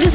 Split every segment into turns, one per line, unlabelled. this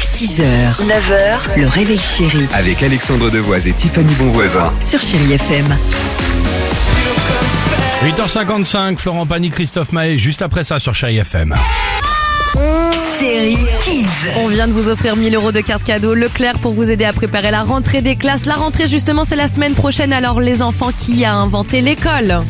6h, 9h, le réveil chéri
avec Alexandre Devoise et Tiffany Bonvoisin.
sur Chérie FM.
8h55, Florent Pagny, Christophe Maé, juste après ça sur Chéri FM.
Série Kids.
On vient de vous offrir 1000 euros de carte cadeau Leclerc pour vous aider à préparer la rentrée des classes. La rentrée justement c'est la semaine prochaine alors les enfants qui a inventé l'école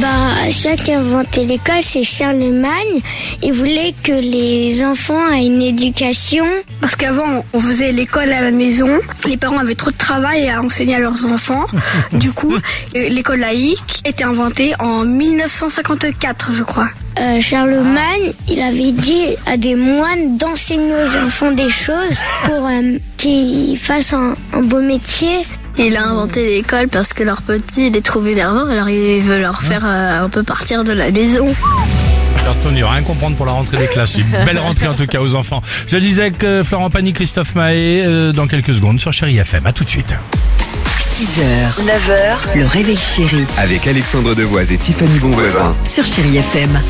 Bah, ceux qui a inventé l'école, c'est Charlemagne. Il voulait que les enfants aient une éducation.
Parce qu'avant, on faisait l'école à la maison. Les parents avaient trop de travail à enseigner à leurs enfants. Du coup, euh, l'école laïque était inventée en 1954, je crois.
Euh, Charlemagne, il avait dit à des moines d'enseigner aux enfants des choses pour euh, qu'ils fassent un, un beau métier.
Il a inventé l'école parce que leur petit, il les trouve énervants, alors il veut leur faire euh, un peu partir de la maison.
Alors Tony, rien comprendre pour la rentrée des classes. Une belle rentrée en tout cas aux enfants. Je disais que Florent Pagny, Christophe Maé, euh, dans quelques secondes sur Chéri FM. À tout de suite.
6h, 9h, le réveil chéri
Avec Alexandre Devoise et Tiffany Bonvoisin.
sur Chérie FM.